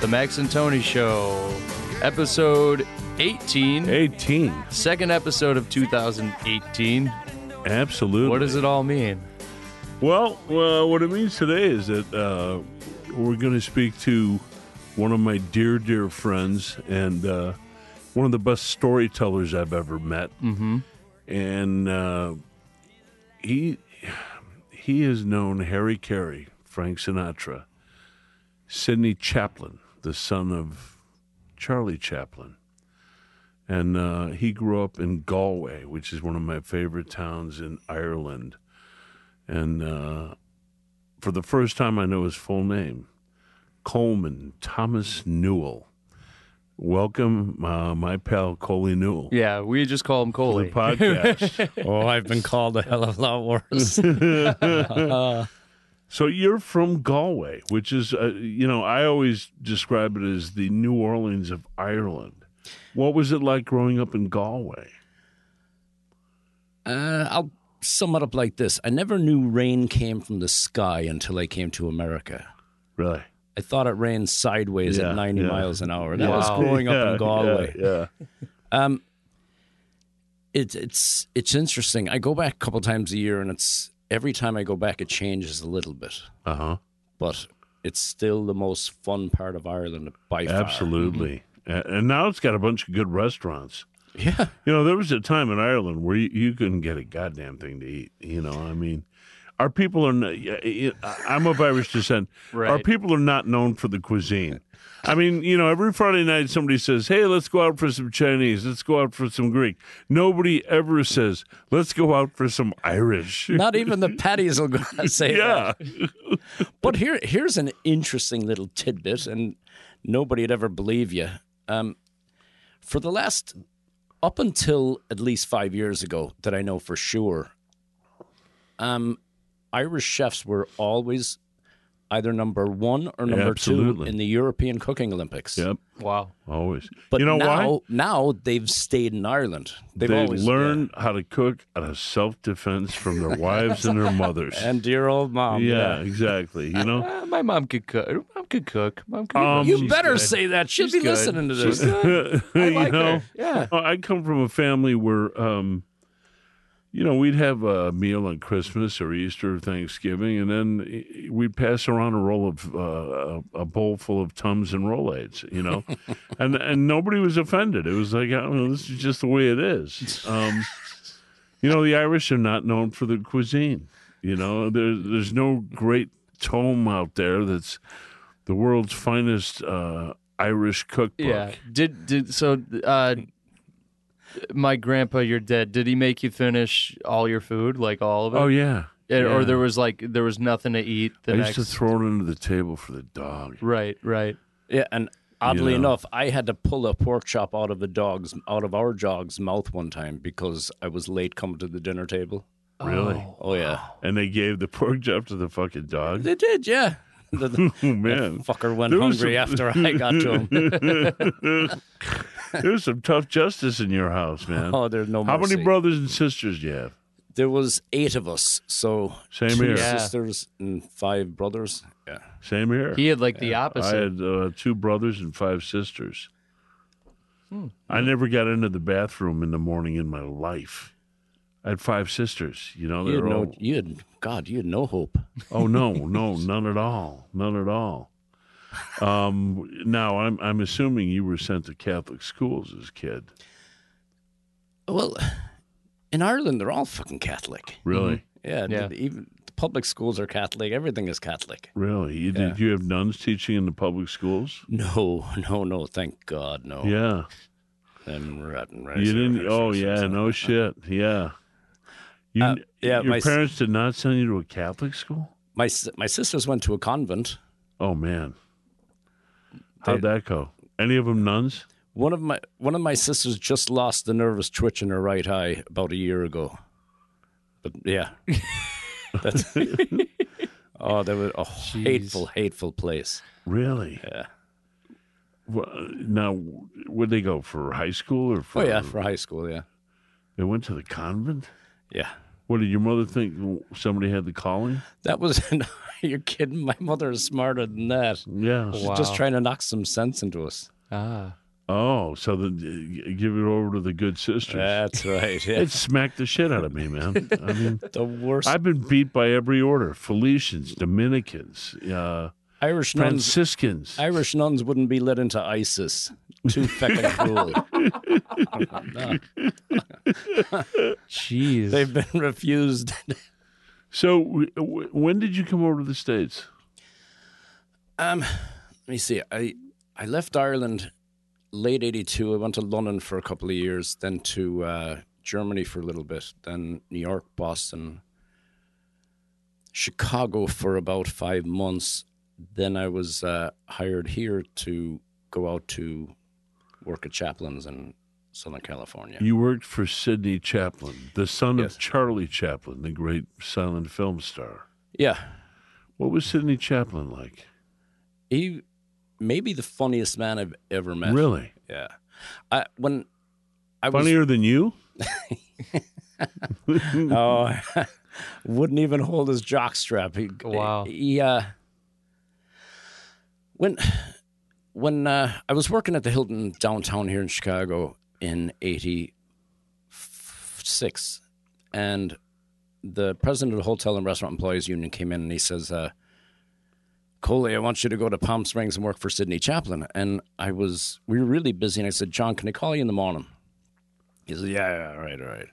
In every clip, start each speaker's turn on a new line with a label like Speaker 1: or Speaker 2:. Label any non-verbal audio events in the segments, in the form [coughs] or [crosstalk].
Speaker 1: The Max and Tony Show, episode 18,
Speaker 2: 18.
Speaker 1: second episode of 2018.
Speaker 2: Absolutely.
Speaker 1: What does it all mean?
Speaker 2: Well, uh, what it means today is that uh, we're going to speak to one of my dear, dear friends and uh, one of the best storytellers I've ever met. Mm-hmm. And uh, he he has known Harry Carey, Frank Sinatra, Sidney Chaplin, the son of Charlie Chaplin. And uh, he grew up in Galway, which is one of my favorite towns in Ireland and uh, for the first time, I know his full name, Coleman Thomas Newell. Welcome, uh, my pal Coley Newell.
Speaker 1: Yeah, we just call him
Speaker 2: to
Speaker 1: Coley.
Speaker 2: The podcast.
Speaker 3: Oh, I've been called a hell of a lot worse.
Speaker 2: so you're from Galway, which is, uh, you know, I always describe it as the New Orleans of Ireland. What was it like growing up in Galway?
Speaker 3: [laughs] Uh, I'll sum it up like this I never knew rain came from the sky until I came to America.
Speaker 2: Really?
Speaker 3: I thought it rained sideways
Speaker 2: Yeah,
Speaker 3: at 90
Speaker 2: yeah.
Speaker 3: miles an hour. That was growing up
Speaker 2: [laughs] Yeah,
Speaker 3: in Galway.
Speaker 2: Yeah. yeah.
Speaker 3: Um, it's it's it's interesting. I go back a couple times a year, and it's every time I go back, it changes a little bit,
Speaker 2: Uh huh.
Speaker 3: but it's still the most fun part of Ireland by far.
Speaker 2: Absolutely.
Speaker 3: Mm-hmm.
Speaker 2: A- And now it's got a bunch of good restaurants.
Speaker 3: [laughs] Yeah.
Speaker 2: You know, there was a time in Ireland where you, you couldn't get a goddamn thing to eat. You know, I mean, our people are. Not, yeah, yeah, I'm of Irish descent. Our
Speaker 1: Right.
Speaker 2: people are not known for the cuisine. I mean, you know, every Friday night somebody says, "Hey, let's go out for some Chinese. Let's go out for some Greek." Nobody ever says, "Let's go out for some Irish."
Speaker 3: [laughs] Not even the patties will go [laughs] say that.
Speaker 2: [laughs] yeah,
Speaker 3: But here, here's an interesting little tidbit, and nobody would ever believe you. Um, for the last, up until at least five years ago, that I know for sure, um, Irish chefs were always either number one or number
Speaker 2: Absolutely.
Speaker 3: two in the European Cooking Olympics.
Speaker 2: yep,
Speaker 1: Wow.
Speaker 2: always.
Speaker 3: But
Speaker 2: you know
Speaker 3: now,
Speaker 2: why?
Speaker 3: now they've stayed in Ireland. They've
Speaker 2: They
Speaker 3: always
Speaker 2: learn how to cook out of self defense from
Speaker 3: [laughs]
Speaker 2: their wives and their mothers.
Speaker 3: yeah. And um, dear old mom.
Speaker 2: yeah, exactly. You
Speaker 3: [laughs]
Speaker 2: know.
Speaker 1: Uh, my mom could cook. Her Mom could cook. Mom could
Speaker 2: Um,
Speaker 1: cook.
Speaker 3: You
Speaker 1: She's
Speaker 3: better
Speaker 1: good.
Speaker 3: say that. She'll
Speaker 1: She's
Speaker 3: be
Speaker 1: good.
Speaker 3: listening to
Speaker 1: She's
Speaker 3: this.
Speaker 1: good. I
Speaker 2: [laughs] You
Speaker 1: like
Speaker 2: know?
Speaker 1: her. Yeah.
Speaker 2: Oh, I come from a family where, um, you know, we'd have a meal on Christmas or Easter or Thanksgiving, and then eh, we'd pass around a roll of uh, a a bowl full of tums and Rolaids, you know, and and nobody was offended. It was like, I don't know, this is just the way it is. Um, you know, the Irish are not known for their cuisine. You know, there, there's no great tome out there that's the world's finest uh, Irish cookbook.
Speaker 1: Yeah. Did did so uh my grandpa, you're dead. Did he make you finish all your food, like all of it?
Speaker 2: Oh yeah.
Speaker 1: And- Or
Speaker 2: yeah.
Speaker 1: there was like there was nothing to eat the
Speaker 2: I
Speaker 1: next
Speaker 2: used to throw it under the table for the dog.
Speaker 1: Right, right.
Speaker 3: Yeah, and oddly
Speaker 2: know.
Speaker 3: enough, I had to pull a pork chop out of a dog's out of our dog's mouth one time because I was late coming to the dinner table.
Speaker 2: Really?
Speaker 3: Oh yeah,
Speaker 2: And they gave the [laughs] pork chop to the fucking dog. [laughs]
Speaker 3: they did. Yeah, [laughs] the, the
Speaker 2: Oh man,
Speaker 3: fucker went
Speaker 2: There was
Speaker 3: hungry
Speaker 2: some-
Speaker 3: after I got to
Speaker 2: [laughs]
Speaker 3: him.
Speaker 2: there's some tough justice in your house, man.
Speaker 3: Oh, there's no
Speaker 2: How
Speaker 3: mercy.
Speaker 2: many brothers and sisters do you have?
Speaker 3: There was eight of us, so
Speaker 2: Same
Speaker 3: two
Speaker 2: here.
Speaker 1: Yeah.
Speaker 3: sisters and five brothers. Yeah,
Speaker 2: Same here.
Speaker 1: He had like the
Speaker 2: I
Speaker 1: opposite.
Speaker 2: had uh, two brothers and five sisters.
Speaker 3: Hmm.
Speaker 2: I never got into the bathroom in the morning in my life. I had five sisters. You know,
Speaker 3: you
Speaker 2: they're
Speaker 3: had
Speaker 2: all
Speaker 3: no, [laughs] you had God, you had no hope.
Speaker 2: Oh no, no, none at all, none at all. Um, now I'm I'm assuming you were sent to Catholic schools as a kid.
Speaker 3: Well, in Ireland, they're all fucking Catholic.
Speaker 2: Really,
Speaker 3: Yeah,
Speaker 1: Yeah.
Speaker 3: even the public schools are Catholic. Everything is Catholic.
Speaker 2: really. You,
Speaker 3: Yeah.
Speaker 2: Did you have nuns teaching in the public schools?
Speaker 3: No, [laughs] no, no. Thank God, no.
Speaker 2: Yeah,
Speaker 3: Them rotten
Speaker 2: you
Speaker 3: raisins.
Speaker 2: didn't. Oh yeah, no shit. Yeah, you,
Speaker 3: Uh, yeah,
Speaker 2: Your
Speaker 3: my s-
Speaker 2: parents did not send you to a Catholic school.
Speaker 3: My s- my sisters went to a convent.
Speaker 2: Oh man, how'd that go? Any of them nuns?
Speaker 3: One of my one of my sisters just lost the nervous twitch in her right eye about a year ago. But
Speaker 2: [laughs]
Speaker 3: yeah, that's. [laughs] Oh, they were a hateful, hateful place.
Speaker 2: Really?
Speaker 3: Yeah.
Speaker 2: Well, now, where'd they go for high school or for?
Speaker 3: Oh yeah, for high school, yeah,
Speaker 2: They went to the convent.
Speaker 3: yeah.
Speaker 2: What did your mother think? Somebody had the calling?
Speaker 3: That was, [laughs] no, you're kidding. My mother is smarter than that.
Speaker 2: Yeah.
Speaker 3: She's just trying to knock some sense into us.
Speaker 1: Ah.
Speaker 2: Oh, so then uh, give it over to the good sisters.
Speaker 3: That's right.
Speaker 2: [laughs]
Speaker 3: Yeah.
Speaker 2: It smacked the shit out of me, man. I
Speaker 3: [laughs]
Speaker 2: mean,
Speaker 3: the worst.
Speaker 2: I've been beat by every order: Felicians, Dominicans, uh,
Speaker 3: Irish nuns.
Speaker 2: Franciscans.
Speaker 3: Irish nuns wouldn't be let into ISIS. Too feckin' cruel. No,
Speaker 1: Jeez.
Speaker 3: they've been refused.
Speaker 2: So, w- w- when did you come over to the states?
Speaker 3: Um, let me see. I I left Ireland late '82. I went to London for a couple of years, then to uh, Germany for a little bit, then New York, Boston, Chicago for about five months. Then I was uh, hired here to go out to work at Chaplin's in Southern California.
Speaker 2: You worked for Sidney Chaplin, the son
Speaker 3: Yes.
Speaker 2: of Charlie Chaplin, the great silent film star.
Speaker 3: yeah,
Speaker 2: What was Sidney Chaplin like?
Speaker 3: he may be the funniest man I've ever met.
Speaker 2: Really
Speaker 3: Yeah. I when I was
Speaker 2: funnier than
Speaker 3: [laughs]
Speaker 2: you? [laughs]
Speaker 3: Oh, [laughs] wouldn't even hold his jockstrap. He,
Speaker 1: Wow.
Speaker 3: He, uh, when when uh, I was working at the Hilton downtown here in Chicago in '86, and the president of the Hotel and Restaurant Employees Union came in and he says, uh, "Coley, I want you to go to Palm Springs and work for Sidney Chaplin." And I was we were really busy, and I said, "John, can I call you in the morning?" He said, "Yeah, yeah, all right, all right."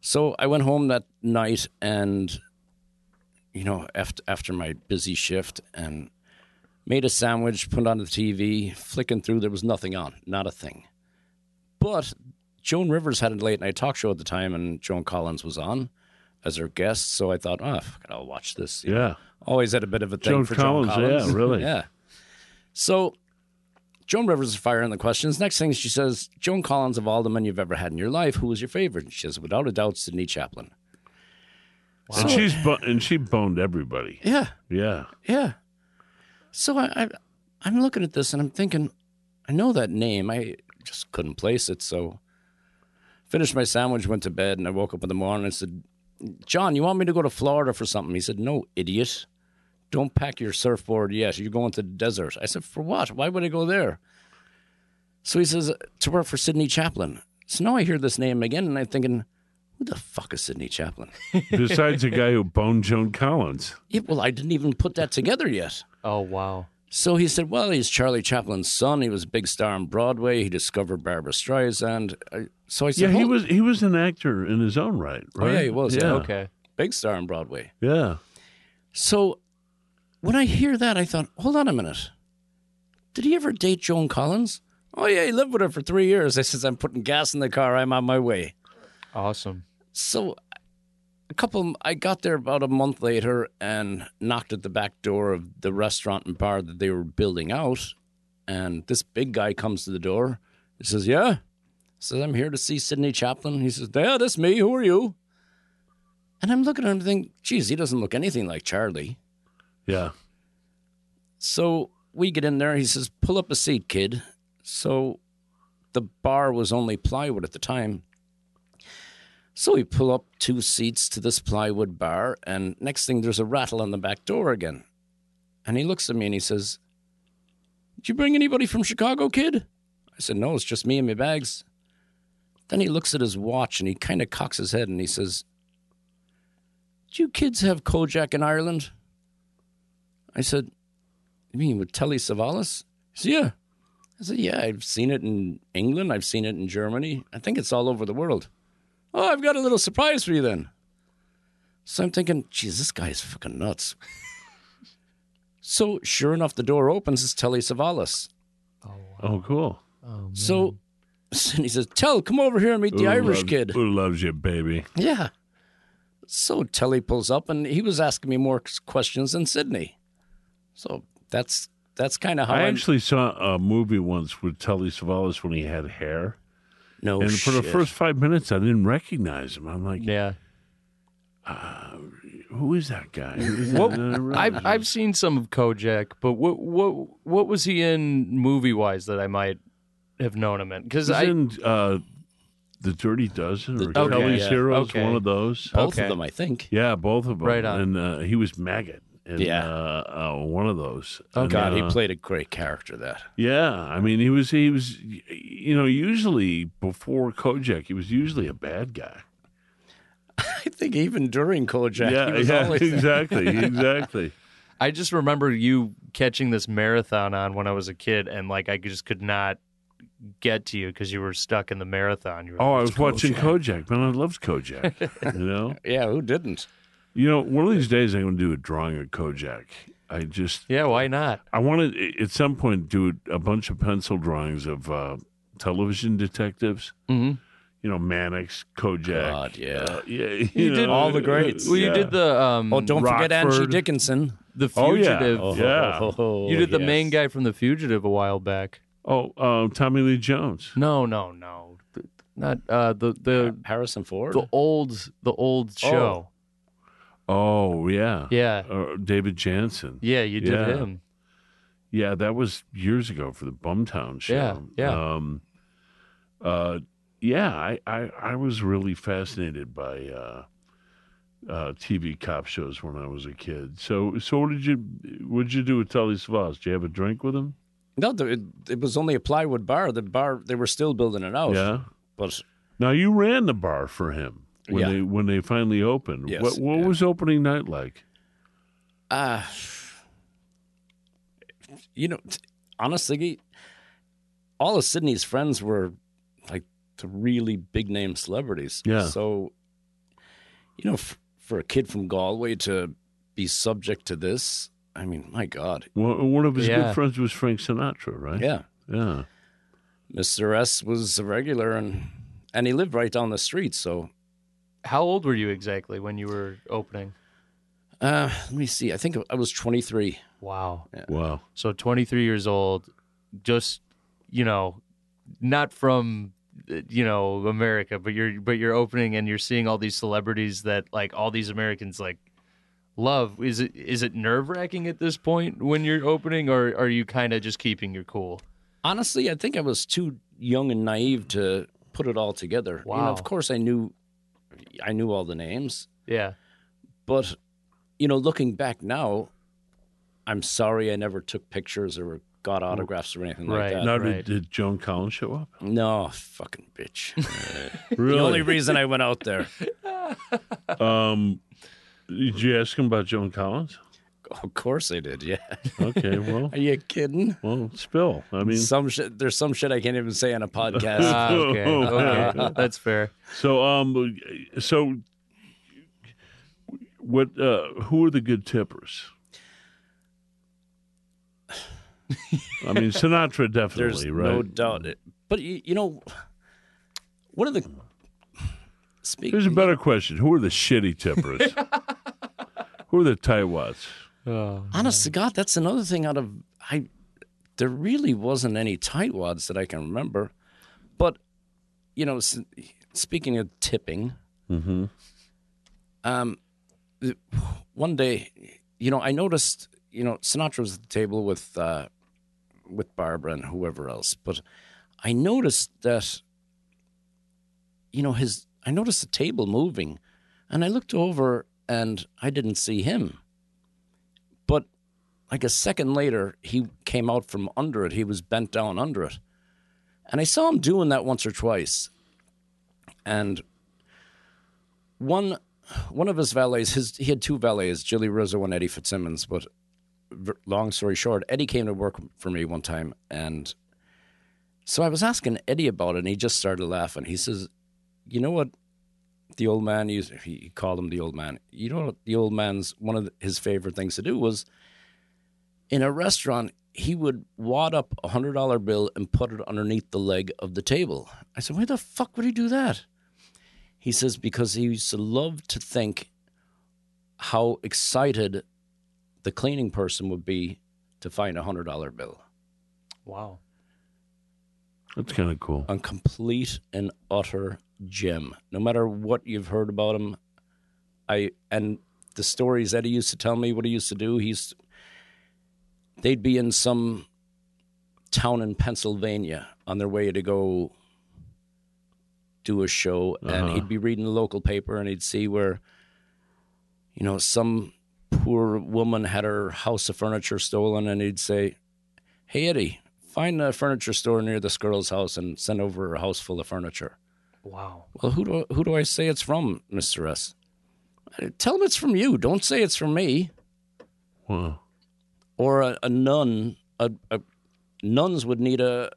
Speaker 3: So I went home that night and, you know, after, after my busy shift and made a sandwich, put it on the TV, flicking through. There was nothing on, not a thing. But Joan Rivers had a late night talk show at the time and Joan Collins was on as her guest. So I thought, oh, fuck it, I'll watch this. you know.
Speaker 2: Yeah.
Speaker 3: Always had a bit of a thing
Speaker 2: Joan
Speaker 3: for
Speaker 2: Collins,
Speaker 3: Joan Collins. [laughs]
Speaker 2: yeah, really.
Speaker 3: yeah. So Joan Rivers is firing the questions. Next thing she says, Joan Collins, of all the men you've ever had in your life, who was your favorite? And she says, without a doubt, Sidney Chaplin.
Speaker 2: And she's bo- and she boned everybody.
Speaker 3: Yeah,
Speaker 2: Yeah.
Speaker 3: yeah. So I, I, I'm looking at this and I'm thinking, I know that name. I just couldn't place it. So finished my sandwich, went to bed, and I woke up in the morning and said, John, you want me to go to Florida for something? He said, No, idiot. Don't pack your surfboard yet. You're going to the desert. I said, For what? Why would I go there? So he says, To work for Sidney Chaplin. So now I hear this name again and I'm thinking, Who the fuck is Sidney Chaplin? [laughs]
Speaker 2: Besides the guy who boned Joan Collins.
Speaker 3: yeah, well, I didn't even put that together yet.
Speaker 1: Oh wow.
Speaker 3: So he said, Well, he's Charlie Chaplin's son. He was a big star on Broadway. He discovered Barbara Streisand. I- So I
Speaker 2: Yeah,
Speaker 3: said, "Oh,
Speaker 2: he
Speaker 3: "Hold-
Speaker 2: was he was an actor in his own right, right?
Speaker 3: Oh, yeah, he was, yeah.
Speaker 1: Okay.
Speaker 3: big star on Broadway.
Speaker 2: Yeah.
Speaker 3: So when I hear that, I thought, Hold on a minute. Did he ever date Joan Collins? Oh, yeah, he lived with her for three years. I says, I'm putting gas in the car. I'm on my way.
Speaker 1: Awesome.
Speaker 3: So a couple, I got there about a month later and knocked at the back door of the restaurant and bar that they were building out. And this big guy comes to the door. He says, Yeah. I says, I'm here to see Sidney Chaplin. He says, Yeah, that's me. Who are you? And I'm looking at him and think, geez, he doesn't look anything like Charlie.
Speaker 2: Yeah.
Speaker 3: So we get in there. He says, "Pull up a seat, kid." So the bar was only plywood at the time. So we pull up two seats to this plywood bar, and next thing there's a rattle on the back door again. And he looks at me and he says, "Did you bring anybody from Chicago, kid?" I said, "No, it's just me and my bags." Then he looks at his watch and he kind of cocks his head and he says, "Do you kids have Kojak in Ireland?" I said, you mean with Telly Savalas? He said, Yeah. I said, Yeah, I've seen it in England. I've seen it in Germany. I think it's all over the world. Oh, I've got a little surprise for you then. So I'm thinking, geez, this guy is fucking nuts. [laughs] so sure enough, the door opens. It's Telly Savalas.
Speaker 2: Oh, cool.
Speaker 3: So
Speaker 2: Mm.
Speaker 3: and [laughs] he says, Tell, come over here and meet the
Speaker 2: Who
Speaker 3: Irish
Speaker 2: loves-
Speaker 3: kid.
Speaker 2: Who loves you, baby?
Speaker 3: Yeah. So Telly pulls up and he was asking me more questions than Sydney. So that's that's kind of how
Speaker 2: I
Speaker 3: I'm-
Speaker 2: actually saw a movie once with Telly Savalas when he had hair,
Speaker 3: No,
Speaker 2: and for the
Speaker 3: Oh, shit.
Speaker 2: first five minutes, I didn't recognize him. I'm like,
Speaker 1: Yeah.
Speaker 2: "Who is that guy?"
Speaker 1: What-
Speaker 2: And I didn't realize
Speaker 1: I've
Speaker 2: it.
Speaker 1: I've seen some of Kojak, but what what what was he in movie wise that I might have known him in? Because
Speaker 2: He's
Speaker 1: I
Speaker 2: in uh, The Dirty Dozen or
Speaker 3: The- okay, Oh.
Speaker 2: Kelly's
Speaker 3: yeah.
Speaker 2: Heroes,
Speaker 1: Okay.
Speaker 2: one of those.
Speaker 3: Both
Speaker 1: Okay.
Speaker 3: of them, I think.
Speaker 2: Yeah, both of them.
Speaker 1: Right on.
Speaker 2: And uh, he was Maggot in
Speaker 3: Yeah.
Speaker 2: uh, uh, one of those.
Speaker 1: Oh,
Speaker 2: And,
Speaker 3: God, he
Speaker 2: uh,
Speaker 3: played a great character. That [laughs]
Speaker 2: Yeah, I mean, he was he was, you know, usually before Kojak, he was usually a bad guy.
Speaker 3: I think even during Kojak,
Speaker 2: yeah,
Speaker 3: he was
Speaker 2: yeah, [laughs]
Speaker 3: always
Speaker 2: exactly,
Speaker 3: [laughs]
Speaker 2: exactly.
Speaker 1: I just remember you catching this marathon on when I was a kid, and like I just could not get to you because you were stuck in the marathon. You were
Speaker 2: Oh, I
Speaker 1: like,
Speaker 2: was watching Kojak, man. I loved Kojak. you
Speaker 3: [laughs]
Speaker 2: know,
Speaker 3: yeah. Who didn't?
Speaker 2: you know, one of these days I'm going to do a drawing of Kojak. I just
Speaker 1: yeah, why not?
Speaker 2: I want to at some point do a bunch of pencil drawings of uh, television detectives.
Speaker 1: Mm-hmm.
Speaker 2: You know, Mannix, Kojak.
Speaker 3: God, yeah.
Speaker 2: uh, yeah. You,
Speaker 1: You did-
Speaker 2: know,
Speaker 3: All the greats.
Speaker 1: Well, you
Speaker 2: yeah.
Speaker 1: did the um,
Speaker 3: Oh, don't forget Angie
Speaker 2: Rockford.
Speaker 3: Dickinson.
Speaker 1: the
Speaker 2: Oh, yeah.
Speaker 1: fugitive.
Speaker 2: Oh, Yeah.
Speaker 1: You did the
Speaker 3: yes.
Speaker 1: main guy from the fugitive a while back.
Speaker 2: Oh, uh, Tommy Lee Jones.
Speaker 1: No, no, no, Th- not uh, the the
Speaker 3: Harrison Ford.
Speaker 1: the old the old show.
Speaker 2: Oh, yeah.
Speaker 1: Yeah,
Speaker 2: Uh, David Jansen.
Speaker 1: yeah, you did
Speaker 2: Yeah.
Speaker 1: him.
Speaker 2: Yeah, that was years ago for the Bumtown show.
Speaker 1: Yeah, yeah.
Speaker 2: Um, uh, yeah, I, I, I was really fascinated by uh, uh, TV cop shows when I was a kid. So, so what did you what did you do with Tully Savalas? Did you have a drink with him?
Speaker 3: no, the, it, it was only a plywood bar. The bar they were still building it out.
Speaker 2: Yeah.
Speaker 3: but
Speaker 2: Now you ran the bar for him when
Speaker 3: Yeah.
Speaker 2: they when they finally opened.
Speaker 3: Yes,
Speaker 2: what what
Speaker 3: yeah.
Speaker 2: was opening night like?
Speaker 3: uh, you know, t- honestly, all of Sydney's friends were like the really big name celebrities.
Speaker 2: Yeah.
Speaker 3: So, you know, f- for a kid from Galway to be subject to this, I mean, my God,
Speaker 2: One one of his
Speaker 1: Yeah.
Speaker 2: good friends was Frank Sinatra, right?
Speaker 3: yeah.
Speaker 2: Yeah.
Speaker 3: Mr. S was a regular and and he lived right down the street, so
Speaker 1: How old were you exactly when you were opening?
Speaker 3: uh, let me see. I think I was 23.
Speaker 1: Wow.
Speaker 2: Wow.
Speaker 1: So 23 years old, just you know, not from uh, you know America, but you're but you're opening and you're seeing all these celebrities that like all these Americans like love. Is it is it nerve wracking at this point when you're opening, or are you kind of just keeping your cool?
Speaker 3: Honestly, I think I was too young and naive to put it all together. You know,
Speaker 1: Wow.
Speaker 3: of course I knew I knew all the names, [laughs]
Speaker 1: Yeah,
Speaker 3: but you know, looking back now, I'm sorry I never took pictures or got autographs or anything
Speaker 1: Right.
Speaker 3: like that.
Speaker 2: Now,
Speaker 1: right.
Speaker 2: did, did Joan Collins show up?
Speaker 3: No, fucking bitch.
Speaker 2: Really?
Speaker 3: [laughs] The only reason I went out there.
Speaker 2: Um, did you ask him about Joan Collins?
Speaker 3: Of course I did. Yeah. [laughs]
Speaker 2: Okay, well,
Speaker 3: Are you kidding?
Speaker 2: well, spill. I mean,
Speaker 3: some shit, there's some shit I can't even say on a podcast.
Speaker 1: Ah, okay,
Speaker 3: [laughs]
Speaker 1: okay, that's fair.
Speaker 2: so um, so what? Uh, who are the good tippers? I
Speaker 3: [laughs]
Speaker 2: mean, Sinatra
Speaker 3: There's
Speaker 2: definitely, right?
Speaker 3: no doubt. It, but you, you know, one of the speak.
Speaker 2: Here's a better question: Who are the shitty
Speaker 3: [laughs]
Speaker 2: tippers? who are the tightwads?
Speaker 1: Oh.
Speaker 3: honest to God, that's another thing. Out of I, there really wasn't any tightwads that I can remember. But you know, s- speaking of tipping,
Speaker 2: Mm-hmm.
Speaker 3: um, th- one day, you know, I noticed, you know, Sinatra was at the table with uh, with Barbara and whoever else, but I noticed that, you know, his I noticed the table moving, and I looked over and I didn't see him, but like a second later, he came out from under it. He was bent down under it, and I saw him doing that once or twice, and one one of his valets, his he had two valets, Jilly Rizzo and Eddie Fitzsimmons. But v- long story short, Eddie came to work for me one time, and so I was asking Eddie about it, and he just started laughing. He says, "You know what? The old man used he he called him the old man. You know what? The old man's one of the- his favorite things to do was in a restaurant." He would wad up a hundred dollar bill and put it underneath the leg of the table. I said, "Why the fuck would he do that?" He says because he used to love to think how excited the cleaning person would be to find a hundred dollar bill.
Speaker 1: Wow.
Speaker 2: That's kind of cool.
Speaker 3: A complete and utter gem. No matter what you've heard about him, I and the stories that he used to tell me what he used to do. He's they'd be in some town in Pennsylvania on their way to go do a show, and he'd be reading the local paper, and he'd see where, you know, some poor woman had her house of furniture stolen, and he'd say, "Hey Eddie, find a furniture store near this girl's house and send over a house full of furniture."
Speaker 1: Wow.
Speaker 3: Well, who do who do I say it's from, Mister S? "Uh, Tell him it's from you. Don't say it's from me.
Speaker 2: Wow.
Speaker 3: Or a, a nun. A, a nuns would need a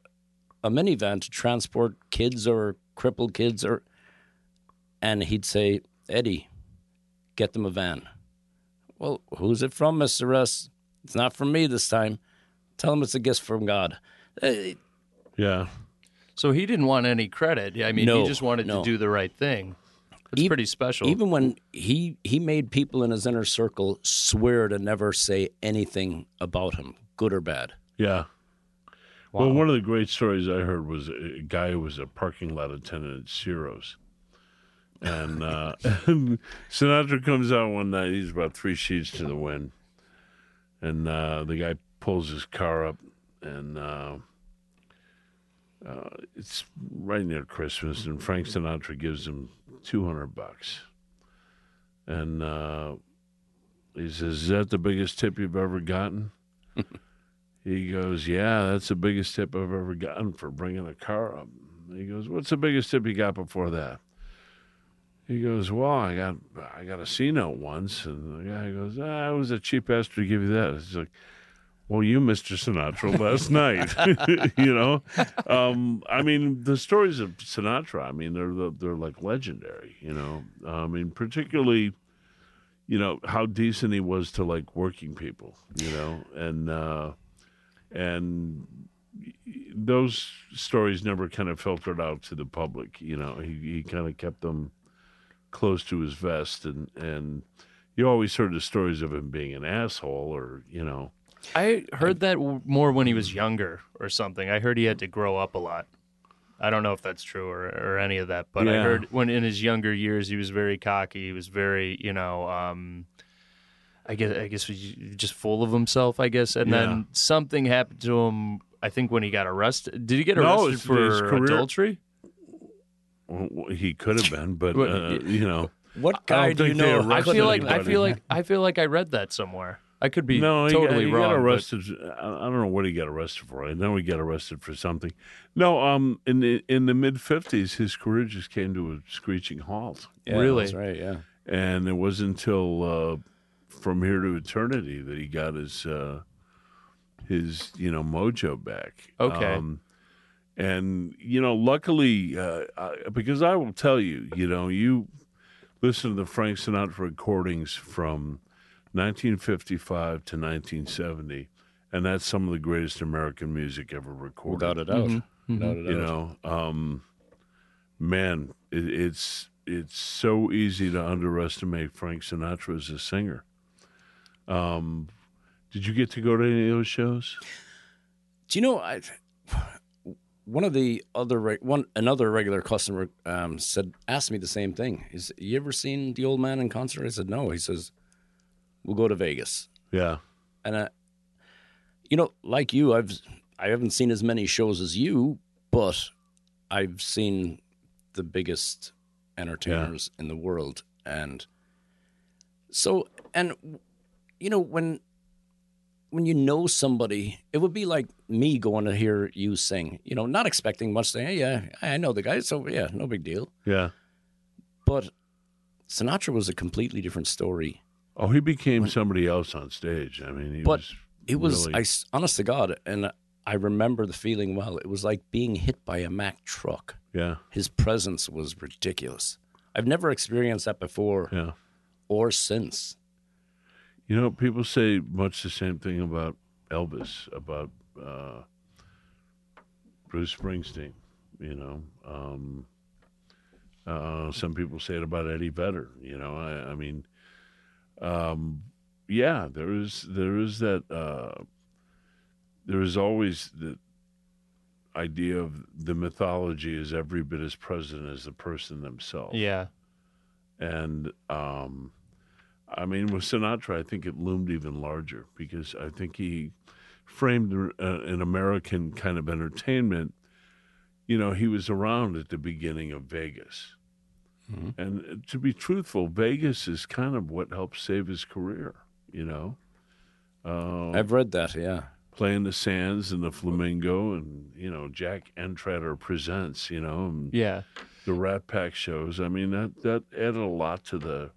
Speaker 3: a minivan to transport kids or crippled kids, or and he'd say, Eddie, get them a van. Well, who's it from, Mister S? It's not from me this time. Tell him it's a gift from God. Uh,
Speaker 2: Yeah.
Speaker 1: So he didn't want any credit. I mean,
Speaker 3: No,
Speaker 1: he just wanted
Speaker 3: no.
Speaker 1: to do the right thing. It's
Speaker 3: Ev-
Speaker 1: pretty special.
Speaker 3: Even when he he made people in his inner circle swear to never say anything about him, good or bad.
Speaker 2: Yeah.
Speaker 1: wow.
Speaker 2: Well, one of the great stories I heard was a guy who was a parking lot attendant at Ciro's. And uh, [laughs] Sinatra comes out one night. He's about three sheets to the wind. And uh, the guy pulls his car up. And uh, uh, it's right near Christmas. And Frank Sinatra gives him 200 bucks. And uh, he says, Is that the biggest tip you've ever gotten? He goes, Yeah, that's the biggest tip I've ever gotten for bringing a car up. He goes, What's the biggest tip you got before that? He goes, Well, I got I got a C note once. And the guy goes, ah, I was a cheap bastard to give you that. It's like, Well, you, Mr. Sinatra, last night. [laughs] you know? Um, I mean, the stories of Sinatra, I mean, they're, they're like legendary, you know? Uh, I mean, particularly you know how decent he was to like working people you know and uh and those stories never kind of filtered out to the public you know he, he kind of kept them close to his vest and and you always heard the stories of him being an asshole or you know
Speaker 1: I heard that w- more when he was younger or something. I heard he had to grow up a lot. I don't know if that's true or, or any of that, but I
Speaker 2: Yeah.
Speaker 1: heard when in his younger years he was very cocky. He was very, you know, um, I guess I guess was just full of himself. I guess, and
Speaker 2: Yeah.
Speaker 1: then something happened to him. I think when he got arrested, did he get
Speaker 2: No,
Speaker 1: arrested
Speaker 2: it's-
Speaker 1: for
Speaker 2: it's career-
Speaker 1: adultery?
Speaker 2: well, he could have been but
Speaker 1: Well,
Speaker 2: uh, you know
Speaker 3: What
Speaker 2: I
Speaker 3: guy
Speaker 2: don't
Speaker 3: do you
Speaker 2: think they
Speaker 3: know?
Speaker 1: I
Speaker 2: arrested
Speaker 1: feel like I
Speaker 2: anybody.
Speaker 1: feel like I feel like I read that somewhere. I could be
Speaker 2: no, he got-
Speaker 1: totally
Speaker 2: he
Speaker 1: wrong.
Speaker 2: Got
Speaker 1: but-
Speaker 2: arrested. I I don't know what he got arrested for. I know he got arrested for something. No, um, in the in the mid fifties, his career just came to a screeching halt,
Speaker 3: Yeah,
Speaker 1: Really?
Speaker 3: that's right. Yeah.
Speaker 2: and it wasn't until uh, from here to eternity that he got his uh, his you know mojo back. Um,
Speaker 1: Okay.
Speaker 2: and you know, luckily, uh, I, because I will tell you, you know, you listen to the Frank Sinatra recordings from 1955 to 1970, and that's some of the greatest American music ever recorded
Speaker 3: Without a doubt. Without a doubt.
Speaker 2: you know um man it, it's it's so easy to underestimate frank sinatra as a singer um did you get to go to any of those shows
Speaker 3: Do you know I one of the other reg- one another regular customer um, said asked me the same thing. Is you ever seen the old man in concert? I said no. He says we'll go to Vegas.
Speaker 2: yeah
Speaker 3: And I, you know, like you, I've I haven't seen as many shows as you, but I've seen the biggest entertainers in the world, and so and you know when when you know somebody, it would be like me going to hear you sing. You know, not expecting much. Saying, hey, yeah, I know the guy, so yeah, no big deal.
Speaker 2: yeah
Speaker 3: But Sinatra was a completely different story.
Speaker 2: oh he became somebody else on stage i mean he
Speaker 3: But-
Speaker 2: was
Speaker 3: It was,
Speaker 2: really-
Speaker 3: I s honest to God, and I remember the feeling well. It was like being hit by a Mack truck.
Speaker 2: yeah
Speaker 3: His presence was ridiculous. I've never experienced that before
Speaker 2: yeah
Speaker 3: or since.
Speaker 2: You know, people say much the same thing about Elvis, about uh, Bruce Springsteen. You know, um, uh, some people say it about Eddie Vedder. You know, I, I mean, um, yeah, there is there is that uh, there is always the idea of the mythology is every bit as present as the person themselves
Speaker 1: yeah.
Speaker 2: and um, I mean with Sinatra, I think it loomed even larger because I think he framed uh, an American kind of entertainment, you you know, he was around at the beginning of Vegas.
Speaker 3: Mhm.
Speaker 2: And uh, to be truthful, Vegas is kind of what helped save his career, you know? Uh,
Speaker 3: I've read that. Yeah.
Speaker 2: playing the Sands and the Flamingo and, you know, Jack Entratter Presents, you know, and
Speaker 1: Yeah.
Speaker 2: the Rat Pack shows. I mean, that, that added a lot to the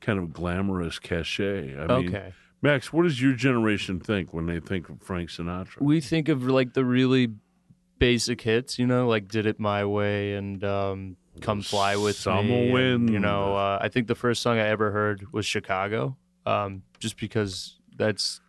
Speaker 2: kind of glamorous cachet. I mean,
Speaker 1: okay.
Speaker 2: Max, what does your generation think when they think of Frank Sinatra?
Speaker 1: We think of like the really basic hits, you know, like "Did It My Way" and um, "Come Fly with
Speaker 2: Summer
Speaker 1: Me." and, you
Speaker 2: Wind.
Speaker 1: know, uh, I think the first song I ever heard was "Chicago," um, just because that's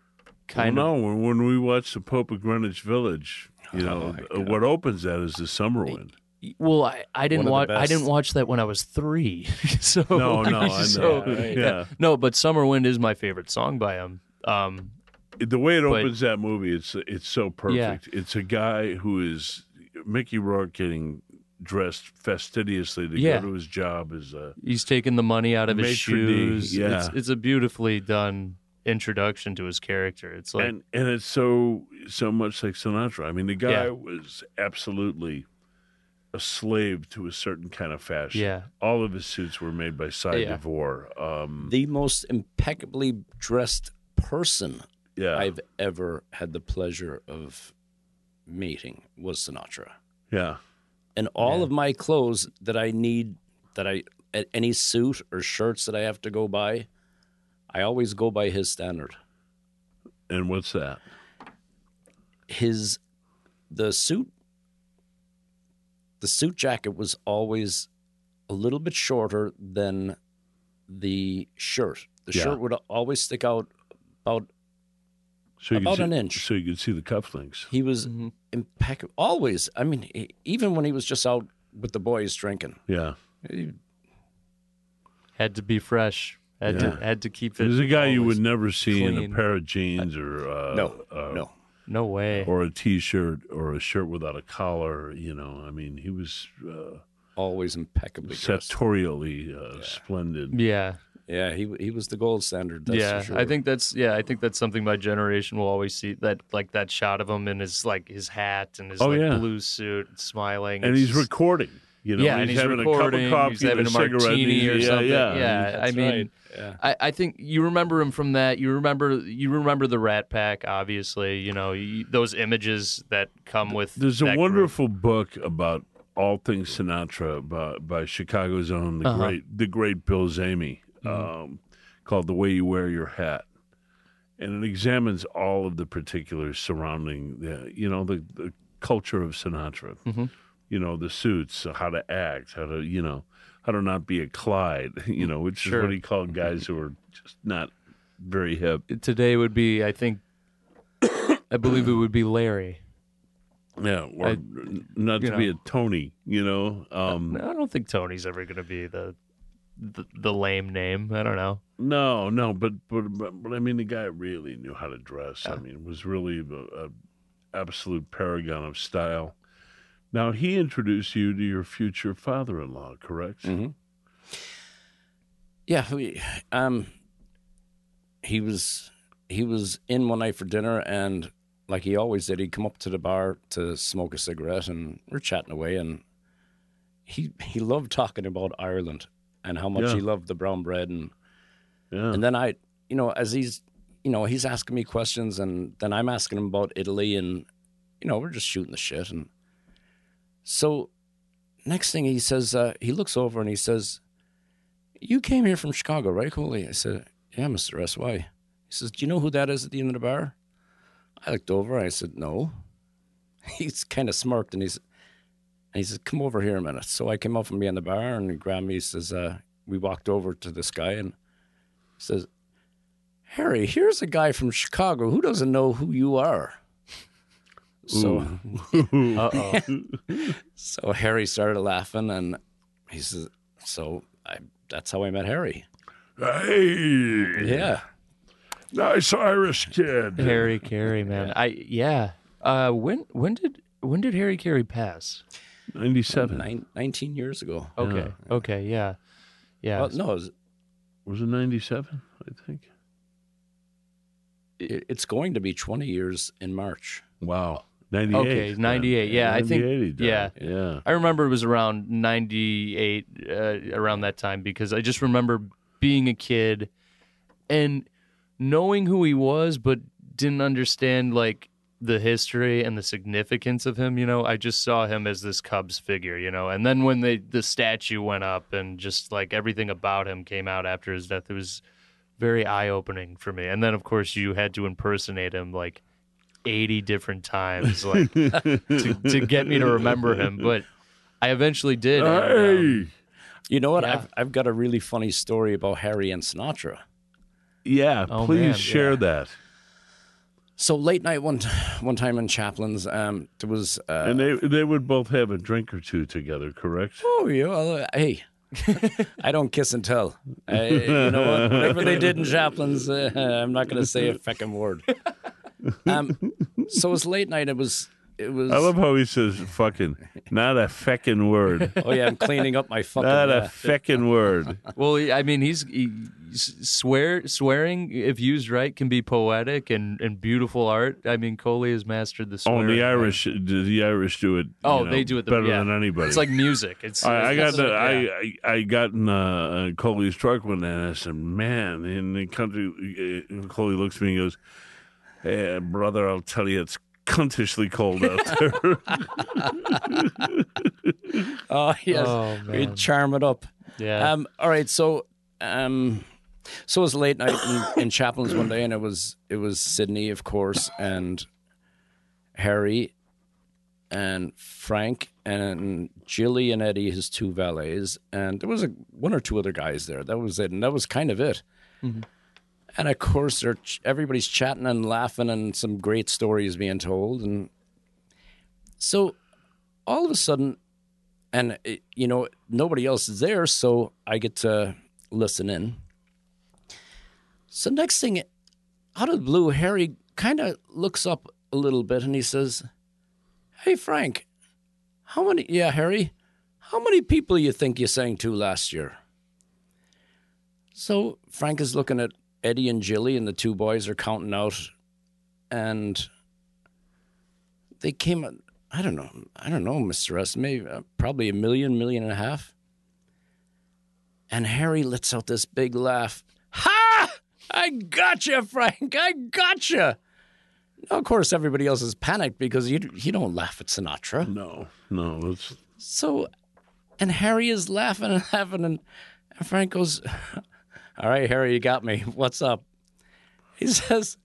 Speaker 1: kind
Speaker 2: well,
Speaker 1: of.
Speaker 2: no. When, when we watch the Pope of Greenwich Village, you
Speaker 3: Oh,
Speaker 2: know
Speaker 3: my
Speaker 2: uh,
Speaker 3: God.
Speaker 2: what opens that is the summer wind.
Speaker 1: Well, I, I didn't
Speaker 3: One of
Speaker 1: watch
Speaker 3: the
Speaker 1: I didn't
Speaker 3: best.
Speaker 1: watch that when I was three. [laughs] so
Speaker 2: No, no, I know.
Speaker 1: so-
Speaker 2: [laughs]
Speaker 3: right.
Speaker 2: yeah.
Speaker 1: no, but "Summer Wind" is my favorite song by him. Um,
Speaker 2: the way it
Speaker 1: But-
Speaker 2: opens that movie, it's it's so perfect. It's a guy who is Mickey Rourke getting dressed fastidiously to
Speaker 1: Yeah.
Speaker 2: go to his job as a
Speaker 1: He's taking the money out of his
Speaker 2: Maitre d',
Speaker 1: shoes.
Speaker 2: yeah.
Speaker 1: It's, it's a beautifully done introduction to his character. It's like
Speaker 2: and and it's so so much like Sinatra. I mean, the guy
Speaker 1: Yeah.
Speaker 2: was absolutely a slave to a certain kind of fashion.
Speaker 1: yeah.
Speaker 2: All of his suits were made by Cy
Speaker 1: Yeah.
Speaker 2: DeVore. Um,
Speaker 3: The most impeccably dressed person
Speaker 2: yeah,
Speaker 3: I've ever had the pleasure of meeting was Sinatra.
Speaker 2: yeah,
Speaker 3: And all
Speaker 1: Yeah.
Speaker 3: of my clothes that I need, that I, a- any suit or shirts that I have to go by, I always go by his standard.
Speaker 2: and what's that?
Speaker 3: His, the suit, the suit jacket was always a little bit shorter than the shirt. The
Speaker 2: Yeah.
Speaker 3: shirt would always stick out about,
Speaker 2: So you could
Speaker 3: About
Speaker 2: see,
Speaker 3: an inch.
Speaker 2: So you could see the cufflinks.
Speaker 3: he was impeccable. Always. I mean, e- even when he was just out with the boys drinking.
Speaker 2: Yeah,
Speaker 3: he-
Speaker 1: Had to be fresh. Had
Speaker 2: Yeah.
Speaker 1: to had to keep it.
Speaker 2: there's a guy you
Speaker 1: always-
Speaker 2: would never see in
Speaker 1: clean.
Speaker 2: a pair of jeans or uh,
Speaker 3: no,
Speaker 2: uh,
Speaker 3: no.
Speaker 1: No way.
Speaker 2: or a t-shirt or a shirt without a collar. You know, I mean, he was uh,
Speaker 3: Always impeccably dressed.
Speaker 2: sartorially uh, splendid.
Speaker 1: yeah.
Speaker 3: Yeah, he he was the gold standard. That's
Speaker 1: yeah.
Speaker 3: for sure.
Speaker 1: I think that's yeah, I think that's something my generation will always see that like that shot of him in his like his hat and his
Speaker 2: Oh,
Speaker 1: like
Speaker 2: yeah.
Speaker 1: blue suit smiling.
Speaker 2: And
Speaker 1: It's
Speaker 2: he's
Speaker 1: just-
Speaker 2: recording. You know,
Speaker 1: yeah, and he's
Speaker 2: having
Speaker 1: recording.
Speaker 2: a cup of coffee,
Speaker 1: he's having
Speaker 2: and
Speaker 1: a
Speaker 2: cigarette, and
Speaker 1: martini
Speaker 2: he's-
Speaker 1: or
Speaker 2: yeah,
Speaker 1: something.
Speaker 2: Yeah,
Speaker 1: I mean,
Speaker 3: yeah.
Speaker 1: I, I think you remember him from that. You remember you remember the Rat Pack, obviously. You know you, those images that come with.
Speaker 2: There's a
Speaker 1: that group.
Speaker 2: wonderful book about all things Sinatra by, by Chicago's own the
Speaker 1: Uh-huh. Mm-hmm.
Speaker 2: great the great Bill Zamy, um, called "The Way You Wear Your Hat," and it examines all of the particulars surrounding the you know the, the culture of Sinatra.
Speaker 1: Mhm.
Speaker 2: You know the suits, how to act, how to you know how to not be a Clyde. [laughs] You know, which
Speaker 1: Sure.
Speaker 2: is what he called guys who were just not very hip.
Speaker 1: Today would be, I think, [coughs] I believe it would be Larry.
Speaker 2: Yeah, or
Speaker 1: I-
Speaker 2: n- not to
Speaker 1: you
Speaker 2: be a Tony. You know, um,
Speaker 1: No, I don't think Tony's ever going to be the, the the lame name. I don't know.
Speaker 2: No, no, but but but, but I mean, the guy really knew how to dress. I mean, was really a, a absolute paragon of style. Now he introduced you to your future father-in-law, correct?
Speaker 1: Mm-hmm.
Speaker 3: Mhm. Yeah, we, um, he was he was in one night for dinner, and like he always did, he'd come up to the bar to smoke a cigarette, and we're chatting away, and he he loved talking about Ireland and how much
Speaker 2: Yeah.
Speaker 3: he loved the brown bread, and
Speaker 2: Yeah,
Speaker 3: and then I, you know, as he's you know he's asking me questions, and then I'm asking him about Italy, and you know, we're just shooting the shit. And so, next thing he says, uh, he looks over and he says, "You came here from Chicago, right, Cooley?" I said, "Yeah, Mister S. Why?" He says, "Do you know who that is at the end of the bar?" I looked over. I said, "No." [laughs] He's kind of smirked, and he's and he says, "Come over here a minute." So I came up from behind the bar and he grabbed me. He says, uh, "We walked over to this guy and says." Harry, here's a guy from Chicago who doesn't know who you are. So [laughs]
Speaker 1: Uh oh.
Speaker 3: so Harry started laughing, and he says, "So I, that's how I met Harry."
Speaker 2: hey,
Speaker 3: Yeah,
Speaker 2: nice Irish
Speaker 1: [laughs]
Speaker 2: kid.
Speaker 1: Harry Carey, man. I yeah. Uh, when when did when did Harry Carey pass?
Speaker 2: Ninety-seven
Speaker 3: Nine, nineteen years ago.
Speaker 1: Okay. Okay. Yeah. Yeah.
Speaker 3: Well, no, it was-
Speaker 2: was it ninety-seven? I think.
Speaker 3: it- it's going to be twenty years in March.
Speaker 2: Wow, 98.
Speaker 1: Okay, 98, yeah, I think-
Speaker 2: 98 he died,
Speaker 1: yeah.
Speaker 2: Yeah.
Speaker 1: I remember it was around 98, uh, around that time, because I just remember being a kid and knowing who he was, but didn't understand like the history and the significance of him. You know, I just saw him as this Cubs figure, you know, and then when they, the statue went up and just like everything about him came out after his death, it was very eye opening for me. And then, of course, you had to impersonate him like 80 different times. Like, [laughs] to, to get me to remember him, but I eventually did. and, um,
Speaker 2: [laughs] Hey.
Speaker 3: You know what?
Speaker 1: Yeah.
Speaker 3: I've I've got a really funny story about Harry and Sinatra.
Speaker 2: Yeah,
Speaker 1: Oh,
Speaker 2: please
Speaker 1: man,
Speaker 2: share
Speaker 1: yeah.
Speaker 2: that.
Speaker 3: So late night one [laughs] t- one time in Chaplin's, um, there was uh,
Speaker 2: And they they would both have a drink or two together, correct?
Speaker 3: Oh, yeah. well, Hey, I don't kiss and tell. I, you know what? Whatever they did in Chaplin's, uh, I'm not going to say a fucking word. Um, so it was late night. It was. It was.
Speaker 2: I love how he says "fucking," not a
Speaker 1: [laughs]
Speaker 2: feckin' word,
Speaker 3: oh yeah, I'm cleaning up my fucking.
Speaker 2: not a
Speaker 3: uh,
Speaker 2: feckin' word.
Speaker 1: well, I mean, he's he, swear swearing if used right can be poetic and, and beautiful art. I mean, Coley has mastered the swearing.
Speaker 2: Only Oh, Irish, the Irish do it. you
Speaker 1: Oh,
Speaker 2: know,
Speaker 1: they do it the-
Speaker 2: better
Speaker 1: yeah.
Speaker 2: than anybody.
Speaker 1: It's like music. It's
Speaker 2: I, I got
Speaker 1: it's-
Speaker 2: the,
Speaker 1: yeah.
Speaker 2: I, I I got in uh, Coley's truck one day, and I said, "Man, in the country." Uh, Coley looks at me and goes, "Hey, brother, I'll tell you, it's cuntishly cold out
Speaker 1: [laughs]
Speaker 2: there." [laughs]
Speaker 3: Oh yes,
Speaker 1: Oh,
Speaker 3: we
Speaker 1: man.
Speaker 3: charm it up.
Speaker 1: yeah.
Speaker 3: Um, all right, so um, so it was late night in, in Chaplin's one day, and it was it was Sydney, of course, and Harry, and Frank, and Jilly and Eddie, his two valets, and there was a, one or two other guys there. That was it, and that was kind of it. And of course, they're, ch- everybody's chatting and laughing, and some great stories being told, and so all of a sudden and it, you know nobody else is there so i get to listen in so next thing out of the blue harry kind of looks up a little bit and he says hey frank how many yeah harry how many people you think you sang to last year so frank is looking at eddie and jilly and the two boys are counting out and they came I don't know. I don't know, Mr. S. Maybe uh, probably a million, million and a half. And Harry lets out this big laugh. Ha! I gotcha, Frank. I gotcha. Now, of course, everybody else is panicked because you you don't laugh at Sinatra.
Speaker 2: no, no, that's
Speaker 3: So, and Harry is laughing and laughing, and, and Frank goes, All right, Harry, you got me. What's up? He says,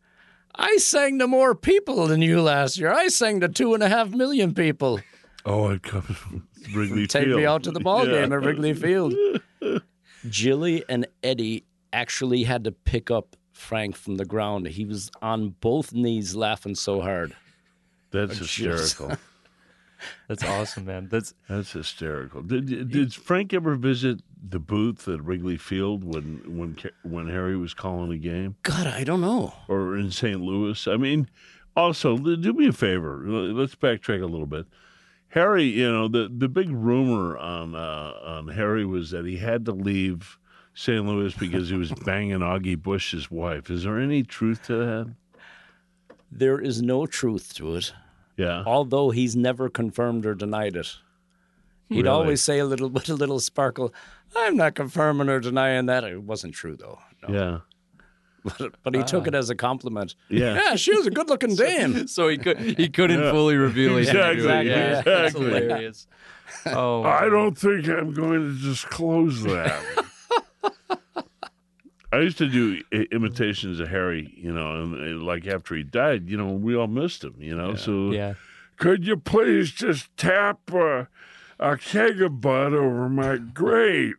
Speaker 3: I sang to more people than you last year. I sang to two and a half million people.
Speaker 2: oh, it comes from Wrigley
Speaker 3: Take
Speaker 2: Field.
Speaker 3: me out to the ball
Speaker 2: Yeah.
Speaker 3: game at Wrigley Field. [laughs] Jilly and Eddie actually had to pick up Frank from the ground. He was on both knees laughing so hard.
Speaker 2: That's
Speaker 3: Oh,
Speaker 2: hysterical.
Speaker 1: That's awesome, man. That's
Speaker 2: That's hysterical. Did did- did Frank ever visit the booth at Wrigley Field when when Ca- when Harry was calling a game?
Speaker 3: God, I don't know.
Speaker 2: or in St. Louis. I mean, also l- do me a favor. L- Let's backtrack a little bit. Harry, you know the the big rumor on uh, on Harry was that he had to leave St. Louis because he
Speaker 3: [laughs]
Speaker 2: was banging Augie Bush's wife. Is there any truth to that?
Speaker 3: There is no truth to it.
Speaker 2: Yeah.
Speaker 3: although he's never confirmed or denied it. He'd
Speaker 2: Really?
Speaker 3: always say a little [laughs] with a little sparkle, I'm not confirming or denying that. It wasn't true though. [laughs] No.
Speaker 2: Yeah.
Speaker 3: But, but he took it as a compliment.
Speaker 2: Yeah.
Speaker 3: Yeah, she was a good [laughs] looking
Speaker 1: [laughs]
Speaker 3: dame.
Speaker 1: so he could [laughs] he couldn't
Speaker 2: Yeah.
Speaker 1: fully reveal he didn't do it.
Speaker 2: Exactly,
Speaker 1: Yeah, That's
Speaker 2: exactly.
Speaker 1: hilarious. Oh,
Speaker 2: I
Speaker 1: man.
Speaker 2: don't think I'm going to disclose that. I used to do i- imitations of Harry, you know, and, and like after he died, you know, we all missed him, you know. So
Speaker 1: Yeah.
Speaker 2: could you please just tap uh, a keg of Bud over my grate?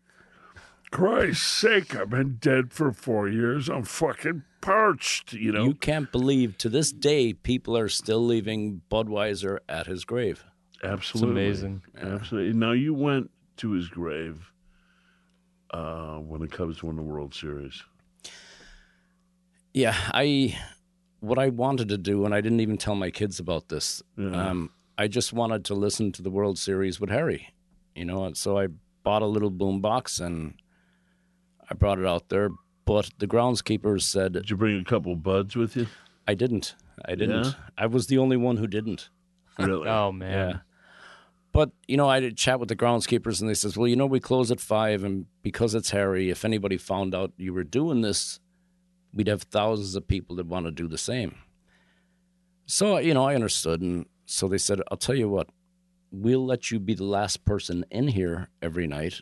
Speaker 2: Christ's sake, I've been dead for four years. I'm fucking parched, you know.
Speaker 3: You can't believe to this day people are still leaving Budweiser at his grave.
Speaker 2: Absolutely.
Speaker 1: It's amazing.
Speaker 2: Absolutely. Now you went to his grave uh, when the Cubs won the World Series.
Speaker 3: Yeah, I what I wanted to do, and I didn't even tell my kids about this. Um, I just wanted to listen to the World Series with Harry, you know. And so I bought a little boom box and I brought it out there. But the groundskeeper
Speaker 1: [laughs]
Speaker 3: said
Speaker 2: Did you bring a couple buds with you?
Speaker 3: I didn't. I didn't.
Speaker 2: Yeah?
Speaker 3: I was the only one who didn't.
Speaker 2: Really?
Speaker 1: Oh man.
Speaker 3: Yeah. But you know, I did chat with the groundskeepers, and they says, "Well, you know, we close at five, and because it's Harry, if anybody found out you were doing this, we'd have thousands of people that want to do the same." So you know, I understood, and so they said, "I'll tell you what, we'll let you be the last person in here every night,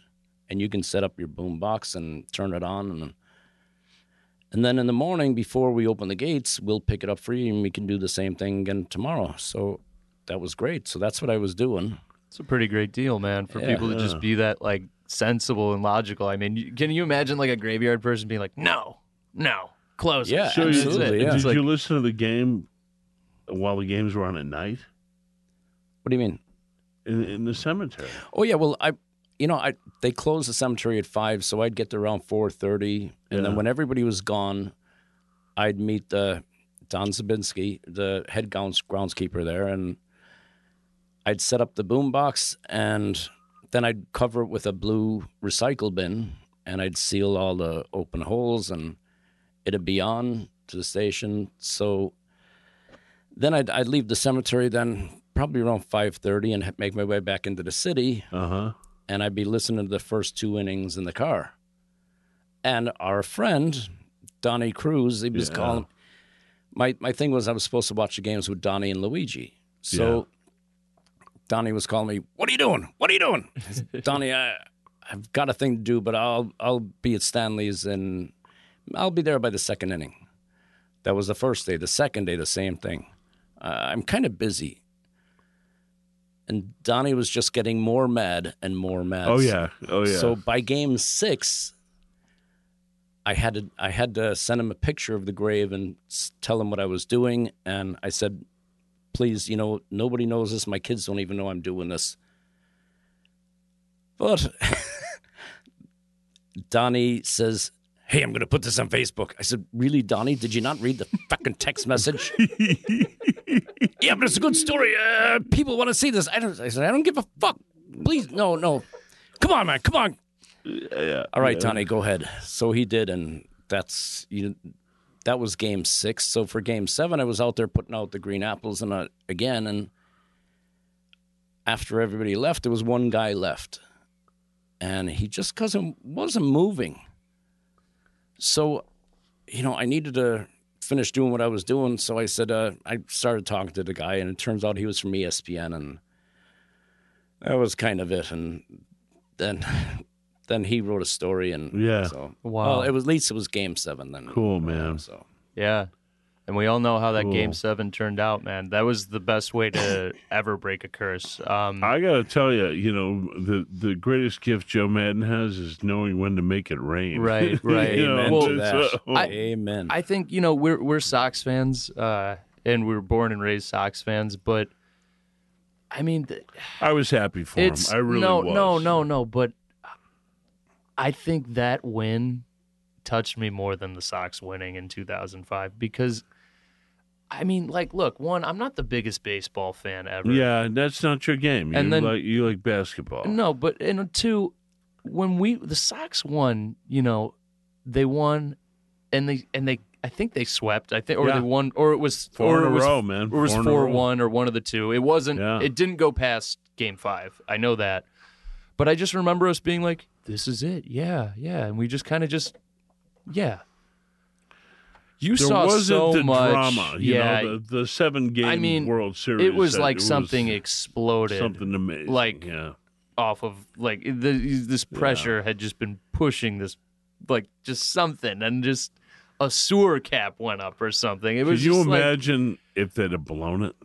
Speaker 3: and you can set up your boom box and turn it on, and and then in the morning before we open the gates, we'll pick it up for you, and we can do the same thing again tomorrow." So. That was great. So that's what I was doing.
Speaker 1: It's a pretty great deal, man, for
Speaker 3: Yeah.
Speaker 1: people to just be that like sensible and logical. I mean, you, can you imagine like a graveyard person being like, "No, no, close." it."
Speaker 3: Yeah,
Speaker 1: And that's it.
Speaker 3: absolutely, yeah.
Speaker 1: It's
Speaker 2: Did
Speaker 1: like-
Speaker 2: you listen to the game while the games were on at night
Speaker 3: What do you mean?
Speaker 2: in, in the cemetery?
Speaker 3: Oh yeah, well I, you know I they closed the cemetery at five, so I'd get there around four thirty, and
Speaker 2: Yeah.
Speaker 3: then when everybody was gone, I'd meet uh, Don Zabinski, the head grounds groundskeeper there, and I'd set up the boom box, and then I'd cover it with a blue recycle bin, and I'd seal all the open holes, and it'd be on to the station. So then I'd, I'd leave the cemetery then probably around 5.30 and make my way back into the city
Speaker 2: Uh huh.
Speaker 3: and I'd be listening to the first two innings in the car. And our friend, Donnie Cruz, he was
Speaker 2: Yeah.
Speaker 3: calling. My, my thing was, I was supposed to watch the games with Donnie and Luigi. So Donnie was calling me, What are you doing? What are you doing? I said, Donnie, I, I've got a thing to do, but I'll, I'll be at Stanley's and I'll be there by the second inning. That was the first day. The second day, the same thing. Uh, I'm kind of busy. And Donnie was just getting more mad and more mad.
Speaker 2: Oh yeah. Oh yeah.
Speaker 3: So by game six, I had to I had to send him a picture of the grave and s- tell him what I was doing, and I said, "Please, you know, nobody knows this. My kids don't even know I'm doing this." But [laughs] Donnie says, "Hey, I'm going to put this on Facebook." I said, "Really, Donnie? Did you not read the fucking
Speaker 2: [laughs]
Speaker 3: text message?" yeah, but it's a good story. Uh, people want to see this. I don't. I said, I don't give a fuck. Please, no, no. Come on, man. Come on.
Speaker 2: yeah.
Speaker 3: All right,
Speaker 2: yeah.
Speaker 3: Donnie, go ahead. So he did, and that's you. That was game six. So for game seven, I was out there putting out the green apples and uh, again, and after everybody left, there was one guy left, and he just wasn't wasn't moving. So, you know, I needed to finish doing what I was doing. So I said, uh, I started talking to the guy, and it turns out he was from E ESPN, and that was kind of it. And then, [laughs] then he wrote a story, and
Speaker 2: Yeah.
Speaker 3: so
Speaker 1: Wow.
Speaker 3: Well, it was at least it was Game Seven then.
Speaker 2: Cool, man.
Speaker 3: So
Speaker 1: Yeah. And we all know how that game
Speaker 2: Cool.
Speaker 1: seven turned out, man. That was the best way
Speaker 3: [laughs]
Speaker 1: to ever break a curse. Um,
Speaker 2: I gotta tell you, you know, the the greatest gift Joe Madden has is knowing when to make it rain.
Speaker 1: Right, right.
Speaker 2: [laughs] You know, uh,
Speaker 3: amen
Speaker 1: Well,
Speaker 3: to that.
Speaker 2: so-
Speaker 3: amen.
Speaker 1: I think you know we're we're Sox fans, uh, and we were born and raised Sox fans. But I mean, th-
Speaker 2: oh, I was happy for
Speaker 1: it's
Speaker 2: him. I really
Speaker 1: no,
Speaker 2: was.
Speaker 1: no, no, no. But I think that win touched me more than the Sox winning in 2005 because, I mean, like, look, one, I'm not the biggest baseball fan ever.
Speaker 2: Yeah, that's not your game.
Speaker 1: And
Speaker 2: you
Speaker 1: then-
Speaker 2: like you like basketball.
Speaker 1: No, but and two, when we the Sox won, you know, they won, and they and they I think they swept. I think or
Speaker 2: Yeah.
Speaker 1: they won or it was
Speaker 2: Four
Speaker 1: or
Speaker 2: in
Speaker 1: it
Speaker 2: a
Speaker 1: was
Speaker 2: row, man.
Speaker 1: or it was
Speaker 2: in a
Speaker 1: four
Speaker 2: row.
Speaker 1: one or one of the two. It wasn't.
Speaker 2: Yeah.
Speaker 1: It didn't go past game five. I know that, but I just remember us being like, "This is it, yeah, yeah," and we just kind of just, yeah. You
Speaker 2: There
Speaker 1: saw
Speaker 2: wasn't
Speaker 1: so
Speaker 2: the
Speaker 1: much
Speaker 2: drama, you
Speaker 1: yeah.
Speaker 2: know, the, the seven game
Speaker 1: I mean,
Speaker 2: World Series.
Speaker 1: it was
Speaker 2: that
Speaker 1: like
Speaker 2: it
Speaker 1: something
Speaker 2: was
Speaker 1: exploded
Speaker 2: something amazing.
Speaker 1: like-
Speaker 2: yeah,
Speaker 1: off of like the, this pressure had just been pushing this like just something and just a sewer cap went up or something it
Speaker 2: could
Speaker 1: was
Speaker 2: you
Speaker 1: just like-
Speaker 2: imagine if they'd have blown it?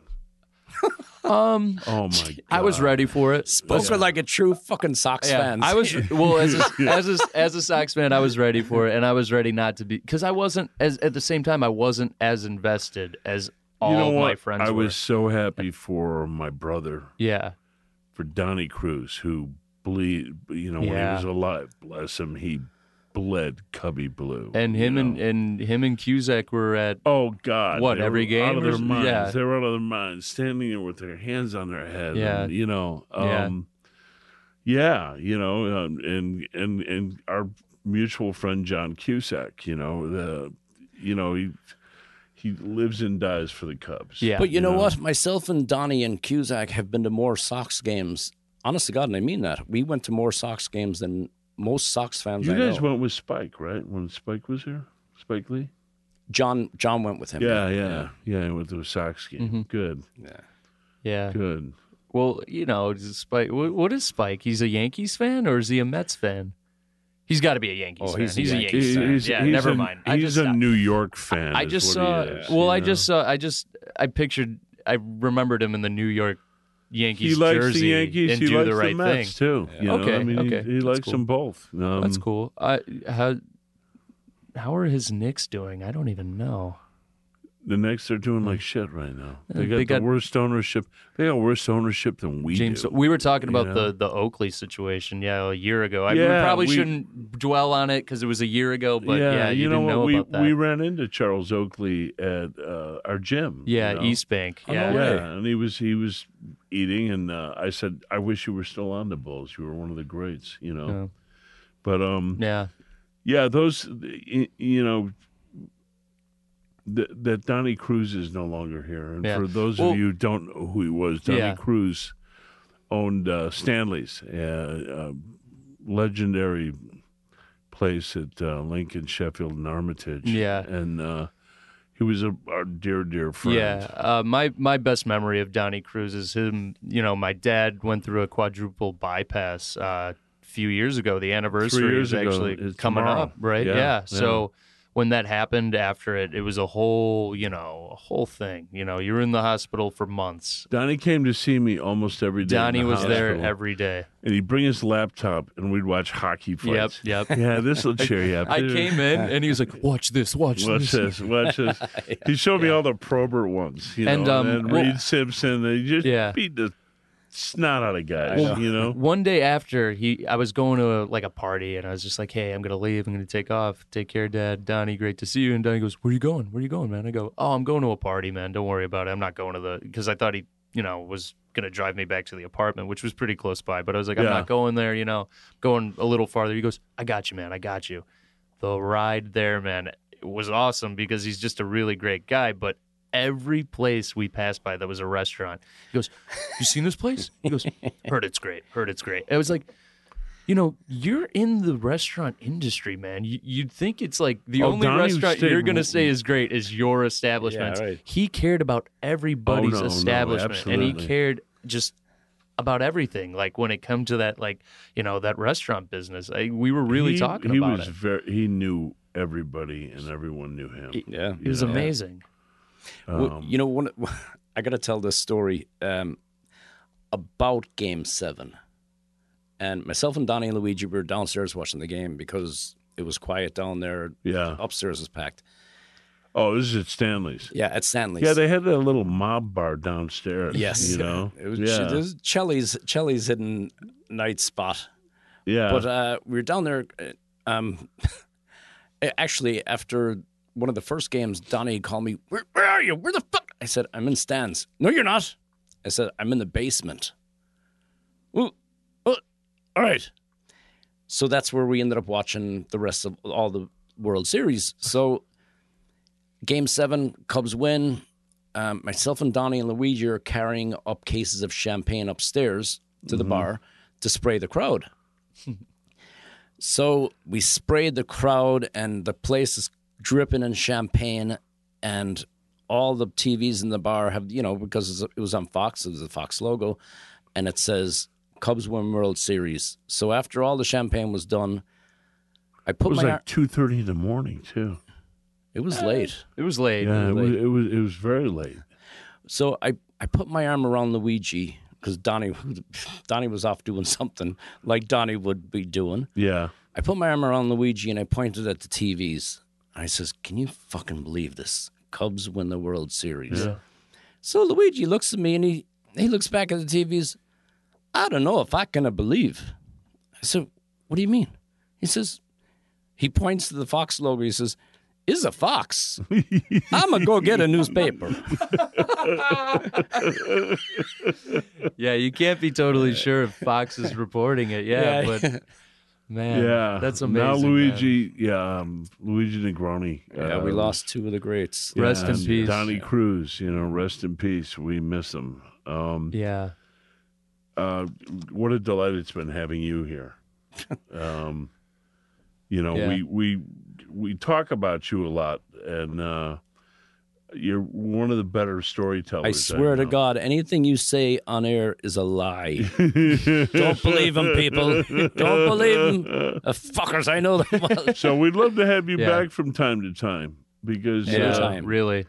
Speaker 1: um [laughs]
Speaker 2: Oh my! God.
Speaker 1: i was ready for it
Speaker 3: Spoken like a true fucking Sox
Speaker 1: yeah,
Speaker 3: fan.
Speaker 1: I
Speaker 3: [laughs]
Speaker 1: was
Speaker 2: [laughs]
Speaker 1: well as a, as a, as a Sox fan, I was ready for it, and I was ready not to be because I wasn't as at the same time I wasn't as invested as all
Speaker 2: you know
Speaker 1: of
Speaker 2: what?
Speaker 1: my friends.
Speaker 2: I
Speaker 1: were.
Speaker 2: was so happy for my brother,
Speaker 1: yeah,
Speaker 2: for Donnie Cruz, who bleed. You know, when
Speaker 1: Yeah.
Speaker 2: he was alive, bless him, he bled Cubby Blue.
Speaker 1: and
Speaker 2: you
Speaker 1: him and
Speaker 2: know?
Speaker 1: and him and Cusack were at
Speaker 2: Oh God!
Speaker 1: What,
Speaker 2: they were
Speaker 1: every game
Speaker 2: Out
Speaker 1: or
Speaker 2: of their
Speaker 1: something?
Speaker 2: minds.
Speaker 1: Yeah.
Speaker 2: They were out of their minds, standing there with their hands on their head.
Speaker 1: Yeah.
Speaker 2: and, you know.
Speaker 1: Yeah.
Speaker 2: Um, yeah. You know, um, and and and our mutual friend John Cusack. You know the, you know he he lives and dies for the Cubs.
Speaker 1: Yeah.
Speaker 3: But you know
Speaker 2: Yeah.
Speaker 3: what? Myself and Donnie and Cusack have been to more Sox games. Honest to God, and I mean that. We went to more Sox games than most Sox fans
Speaker 2: You
Speaker 3: I
Speaker 2: guys
Speaker 3: know.
Speaker 2: went with Spike, right? When Spike was here, Spike Lee.
Speaker 3: John John went with him.
Speaker 2: Yeah, yeah, yeah. With the Sox game. Good,
Speaker 3: yeah.
Speaker 1: Mm-hmm. yeah.
Speaker 2: good.
Speaker 1: Well, you know, Spike. wh- What is Spike? He's a Yankees fan or is he a Mets fan? He's got to be a Yankees
Speaker 3: Oh,
Speaker 1: fan.
Speaker 3: he's
Speaker 1: He's
Speaker 3: a
Speaker 1: a Yankees,
Speaker 3: Yankees
Speaker 1: fan.
Speaker 2: He's-
Speaker 1: yeah,
Speaker 2: he's
Speaker 1: never
Speaker 2: a-
Speaker 1: mind. I
Speaker 2: He's
Speaker 1: just
Speaker 2: a
Speaker 1: stopped.
Speaker 2: New York fan.
Speaker 1: I
Speaker 2: is
Speaker 1: just
Speaker 2: what
Speaker 1: saw.
Speaker 2: he is,
Speaker 1: well,
Speaker 2: you
Speaker 1: I
Speaker 2: know?
Speaker 1: just saw. I just. I pictured. I remembered him in the New York Yankees
Speaker 2: he likes
Speaker 1: jersey
Speaker 2: the Yankees.
Speaker 1: and
Speaker 2: he
Speaker 1: do
Speaker 2: likes
Speaker 1: the right
Speaker 2: the Mets
Speaker 1: thing.
Speaker 2: too. You know?
Speaker 1: Okay,
Speaker 2: I mean, he-
Speaker 1: okay,
Speaker 2: He,
Speaker 1: that's
Speaker 2: likes
Speaker 1: cool.
Speaker 2: them both. Um,
Speaker 1: That's cool. I how. How are his Knicks doing? I don't even know.
Speaker 2: The Knicks are doing like shit right now. They
Speaker 1: Yeah,
Speaker 2: got
Speaker 1: they
Speaker 2: the
Speaker 1: got-
Speaker 2: worst ownership. They got worse ownership than we
Speaker 1: James,
Speaker 2: do.
Speaker 1: we were talking about
Speaker 2: know?
Speaker 1: the the Oakley situation, yeah, a year ago. I, we
Speaker 2: Yeah,
Speaker 1: probably
Speaker 2: we-
Speaker 1: shouldn't dwell on it because it was a year ago. But yeah, you,
Speaker 2: know
Speaker 1: didn't
Speaker 2: what?
Speaker 1: know
Speaker 2: we
Speaker 1: about that.
Speaker 2: we ran into Charles Oakley at uh, our gym. you
Speaker 1: Yeah,
Speaker 2: know?
Speaker 1: East Bank.
Speaker 3: Oh,
Speaker 1: Yeah.
Speaker 3: no way.
Speaker 2: Yeah, and he was he was eating, and uh, I said, "I wish you were still on the Bulls. You were one of the greats, you know."
Speaker 1: Yeah.
Speaker 2: But um,
Speaker 1: Yeah.
Speaker 2: yeah, those y- you know th- that Donnie Cruz is no longer here, and
Speaker 1: Yeah.
Speaker 2: for those
Speaker 1: Well-
Speaker 2: of you who don't know who he was, Donnie
Speaker 1: Yeah.
Speaker 2: Cruz owned uh, Stanley's, uh, uh, legendary place at uh, Lincoln, Sheffield, and Armitage.
Speaker 1: Yeah.
Speaker 2: and uh, he was a our dear, dear friend.
Speaker 1: Yeah. Uh, my my best memory of Donnie Cruz is him. You know, my dad went through a quadruple bypass uh, a few years ago. The anniversary
Speaker 2: years
Speaker 1: is
Speaker 2: ago.
Speaker 1: actually
Speaker 2: It's
Speaker 1: coming
Speaker 2: tomorrow.
Speaker 1: up, right?
Speaker 2: Yeah,
Speaker 1: Yeah.
Speaker 2: yeah.
Speaker 1: So when that happened after it, it was a whole you know a whole thing. You know, you were in the hospital for months.
Speaker 2: Donnie came to see me almost every day. in
Speaker 1: Donnie
Speaker 2: the
Speaker 1: was there
Speaker 2: hospital.
Speaker 1: every day.
Speaker 2: and he'd bring his laptop, and we'd watch hockey fights.
Speaker 1: Yep.
Speaker 2: [laughs]
Speaker 1: Yep.
Speaker 2: Yeah, this will cheer you
Speaker 1: [laughs]
Speaker 2: up.
Speaker 1: I came in and he was like, "Watch this, watch,
Speaker 2: Watch this. Watch
Speaker 3: [laughs]
Speaker 2: this. He showed me all the Probert ones, you
Speaker 1: And,
Speaker 2: know,
Speaker 1: um,
Speaker 2: and then
Speaker 1: well-
Speaker 2: Reed Simpson. They just
Speaker 1: Yeah.
Speaker 2: beat the snot out of guys,
Speaker 3: Well,
Speaker 2: you
Speaker 3: [laughs]
Speaker 2: know.
Speaker 1: One day after he, I was going to like a party, and I was just like, "Hey, I'm gonna leave. I'm gonna take off. Take care, Dad. Donnie, great to see you." And Donnie goes, "Where you going? Where you going, man?" I go, "Oh, I'm going to a party, man. Don't worry about it. I'm not going to the because I thought he, you know, was gonna drive me back to the apartment, which was pretty close by. But I was like, I'm
Speaker 2: Yeah.
Speaker 1: not going there. You know, going a little farther." He goes, "I got you, man. I got you." The ride there, man, was awesome because he's just a really great guy, but. Every place we passed by that was a restaurant, he goes, You seen this place? He
Speaker 2: [laughs]
Speaker 1: goes, Heard it's great. Heard it's great. I was like, You know, you're in the restaurant industry, man. You, you'd think it's like the
Speaker 2: Oh,
Speaker 1: only
Speaker 2: Donnie
Speaker 1: restaurant
Speaker 2: stayed-
Speaker 1: you're going to say is great is your establishment.
Speaker 3: right.
Speaker 1: He cared about everybody's
Speaker 2: Oh, no, no,
Speaker 1: establishment and he
Speaker 2: absolutely.
Speaker 1: cared just about everything. Like when it come to that, like, you know, that restaurant business, I, we were really
Speaker 2: he,
Speaker 1: talking
Speaker 2: he
Speaker 1: about
Speaker 2: was
Speaker 1: it.
Speaker 2: very he knew everybody and everyone knew him.
Speaker 3: Yeah.
Speaker 1: It was amazing.
Speaker 2: Um,
Speaker 3: Well, you know, one, [laughs] I got to tell this story um, about Game Seven, and myself and Donnie and Luigi were downstairs watching the game because it was quiet down there.
Speaker 2: Yeah.
Speaker 3: Upstairs was packed.
Speaker 2: Oh, this is at Stanley's.
Speaker 3: Yeah, at Stanley's.
Speaker 2: Yeah, they had that little mob bar downstairs.
Speaker 3: yes,
Speaker 2: You know?
Speaker 3: [laughs] it was,
Speaker 2: yeah.
Speaker 3: it was Chelly's Chelly's hidden night spot.
Speaker 2: yeah.
Speaker 3: But uh, we were down there. uh, Um, [laughs] actually, after one of the first games, Donnie called me. Where, where are you? Where the fuck? I said, I'm in stands. No, you're not. I said, I'm in the basement. Ooh, oh, all right. So that's where we ended up watching the rest of all the World Series. So, Game Seven, Cubs win. Um, myself and Donnie and Luigi are carrying up cases of champagne upstairs to the bar to spray the [laughs] crowd. So we sprayed the crowd, and the place is dripping in champagne, and all the TVs in the bar have, you know, because it was on Fox, it was the Fox logo, and it says Cubs win World Series. So after all the champagne was done, I
Speaker 2: it
Speaker 3: put
Speaker 2: was
Speaker 3: my. ar-
Speaker 2: like two thirty in the morning too.
Speaker 3: it was late,
Speaker 1: It was late.
Speaker 2: Yeah, it was, it was it was very late.
Speaker 3: so I I put my arm around Luigi because Donnie [laughs] Donnie was off doing something like Donnie would be doing.
Speaker 2: Yeah.
Speaker 3: I put my arm around Luigi and I pointed at the TVs. I says, "Can you fucking believe this? Cubs win the World Series." So Luigi looks at me and he he looks back at the TVs. I don't know if I can believe. I said, "What do you mean?" He says, he points to the Fox logo. He says, "Is a fox." I'm gonna
Speaker 2: [laughs]
Speaker 3: go get a newspaper.
Speaker 1: [laughs]
Speaker 2: [laughs]
Speaker 3: [laughs]
Speaker 1: Yeah, you can't be totally sure if Fox is reporting it. Yeah,
Speaker 3: Yeah.
Speaker 1: but Man,
Speaker 2: yeah,
Speaker 1: that's amazing.
Speaker 2: Now
Speaker 1: man.
Speaker 2: Luigi, yeah, um, Luigi Negroni.
Speaker 3: [laughs] Yeah, we
Speaker 2: um,
Speaker 3: lost two of the greats.
Speaker 1: Yeah. Rest in
Speaker 2: and
Speaker 1: peace.
Speaker 2: Donnie Cruz. You know, rest in peace. We miss him. Um,
Speaker 1: Yeah.
Speaker 2: uh, what a delight it's been having you
Speaker 3: [laughs]
Speaker 2: here. um, you know,
Speaker 1: Yeah.
Speaker 2: we we we talk about you a lot, and uh, you're one of the better storytellers.
Speaker 3: I swear
Speaker 2: [laughs]
Speaker 3: to
Speaker 2: know.
Speaker 3: God, anything you say on air is
Speaker 2: [laughs]
Speaker 3: a lie.
Speaker 2: Don't
Speaker 3: Don't believe 'em, people. Don't believe Uh, fuckers, I know them.
Speaker 2: [laughs]
Speaker 3: well.
Speaker 2: So we'd love to have you
Speaker 1: Yeah.
Speaker 2: back from time to time because
Speaker 1: Yeah,
Speaker 2: uh,
Speaker 3: Anytime.
Speaker 1: really.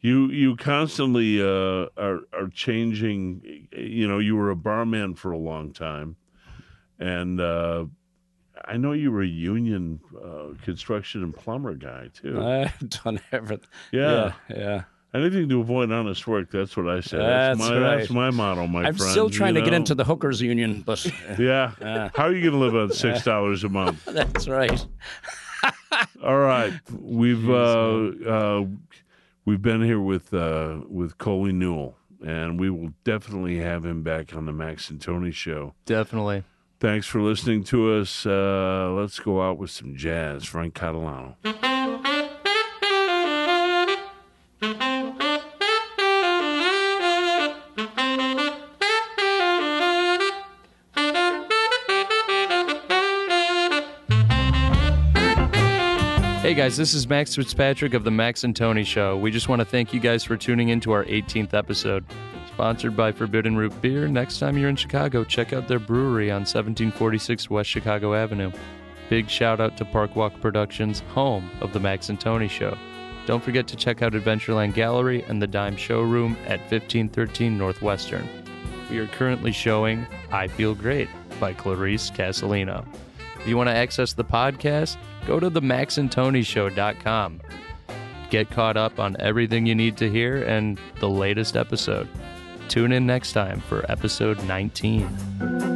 Speaker 2: you you constantly uh, are are changing. You know, you were a barman for a long time, and uh, I know you were a union uh, construction and plumber guy too.
Speaker 3: [laughs] I've done everything.
Speaker 2: yeah.
Speaker 3: Uh, yeah. yeah.
Speaker 2: anything to avoid honest work. That's what I say.
Speaker 3: That's
Speaker 2: my that's
Speaker 3: right.
Speaker 2: my motto, my
Speaker 3: I'm
Speaker 2: friend.
Speaker 3: still trying
Speaker 2: you
Speaker 3: to get
Speaker 2: know?
Speaker 3: into the hookers union, but [laughs]
Speaker 2: Yeah.
Speaker 3: uh,
Speaker 2: How are you going to live on six dollars a month?
Speaker 3: that's right.
Speaker 2: All right, we've uh, uh, we've been here with uh, with Coley Newell, and we will definitely have him back on the Max and Tony show.
Speaker 1: Definitely.
Speaker 2: Thanks for listening to us. Uh, let's go out with some jazz, Frank Catalano.
Speaker 1: Hey guys, this is Max Fitzpatrick of the Max and Tony Show. We just want to thank you guys for tuning in to our 18th episode. Sponsored by Forbidden Root Beer, next time you're in Chicago, check out their brewery on 1746 West Chicago Avenue. Big shout out to Parkwalk Productions, home of the Max and Tony Show. Don't forget to check out Adventureland Gallery and the Dime Showroom at 1513 Northwestern. We are currently showing I Feel Great by Clarice Casalino. If you want to access the podcast, go to themaxandtonyshow.com. Get caught up on everything you need to hear and the latest episode. Tune in next time for episode 19.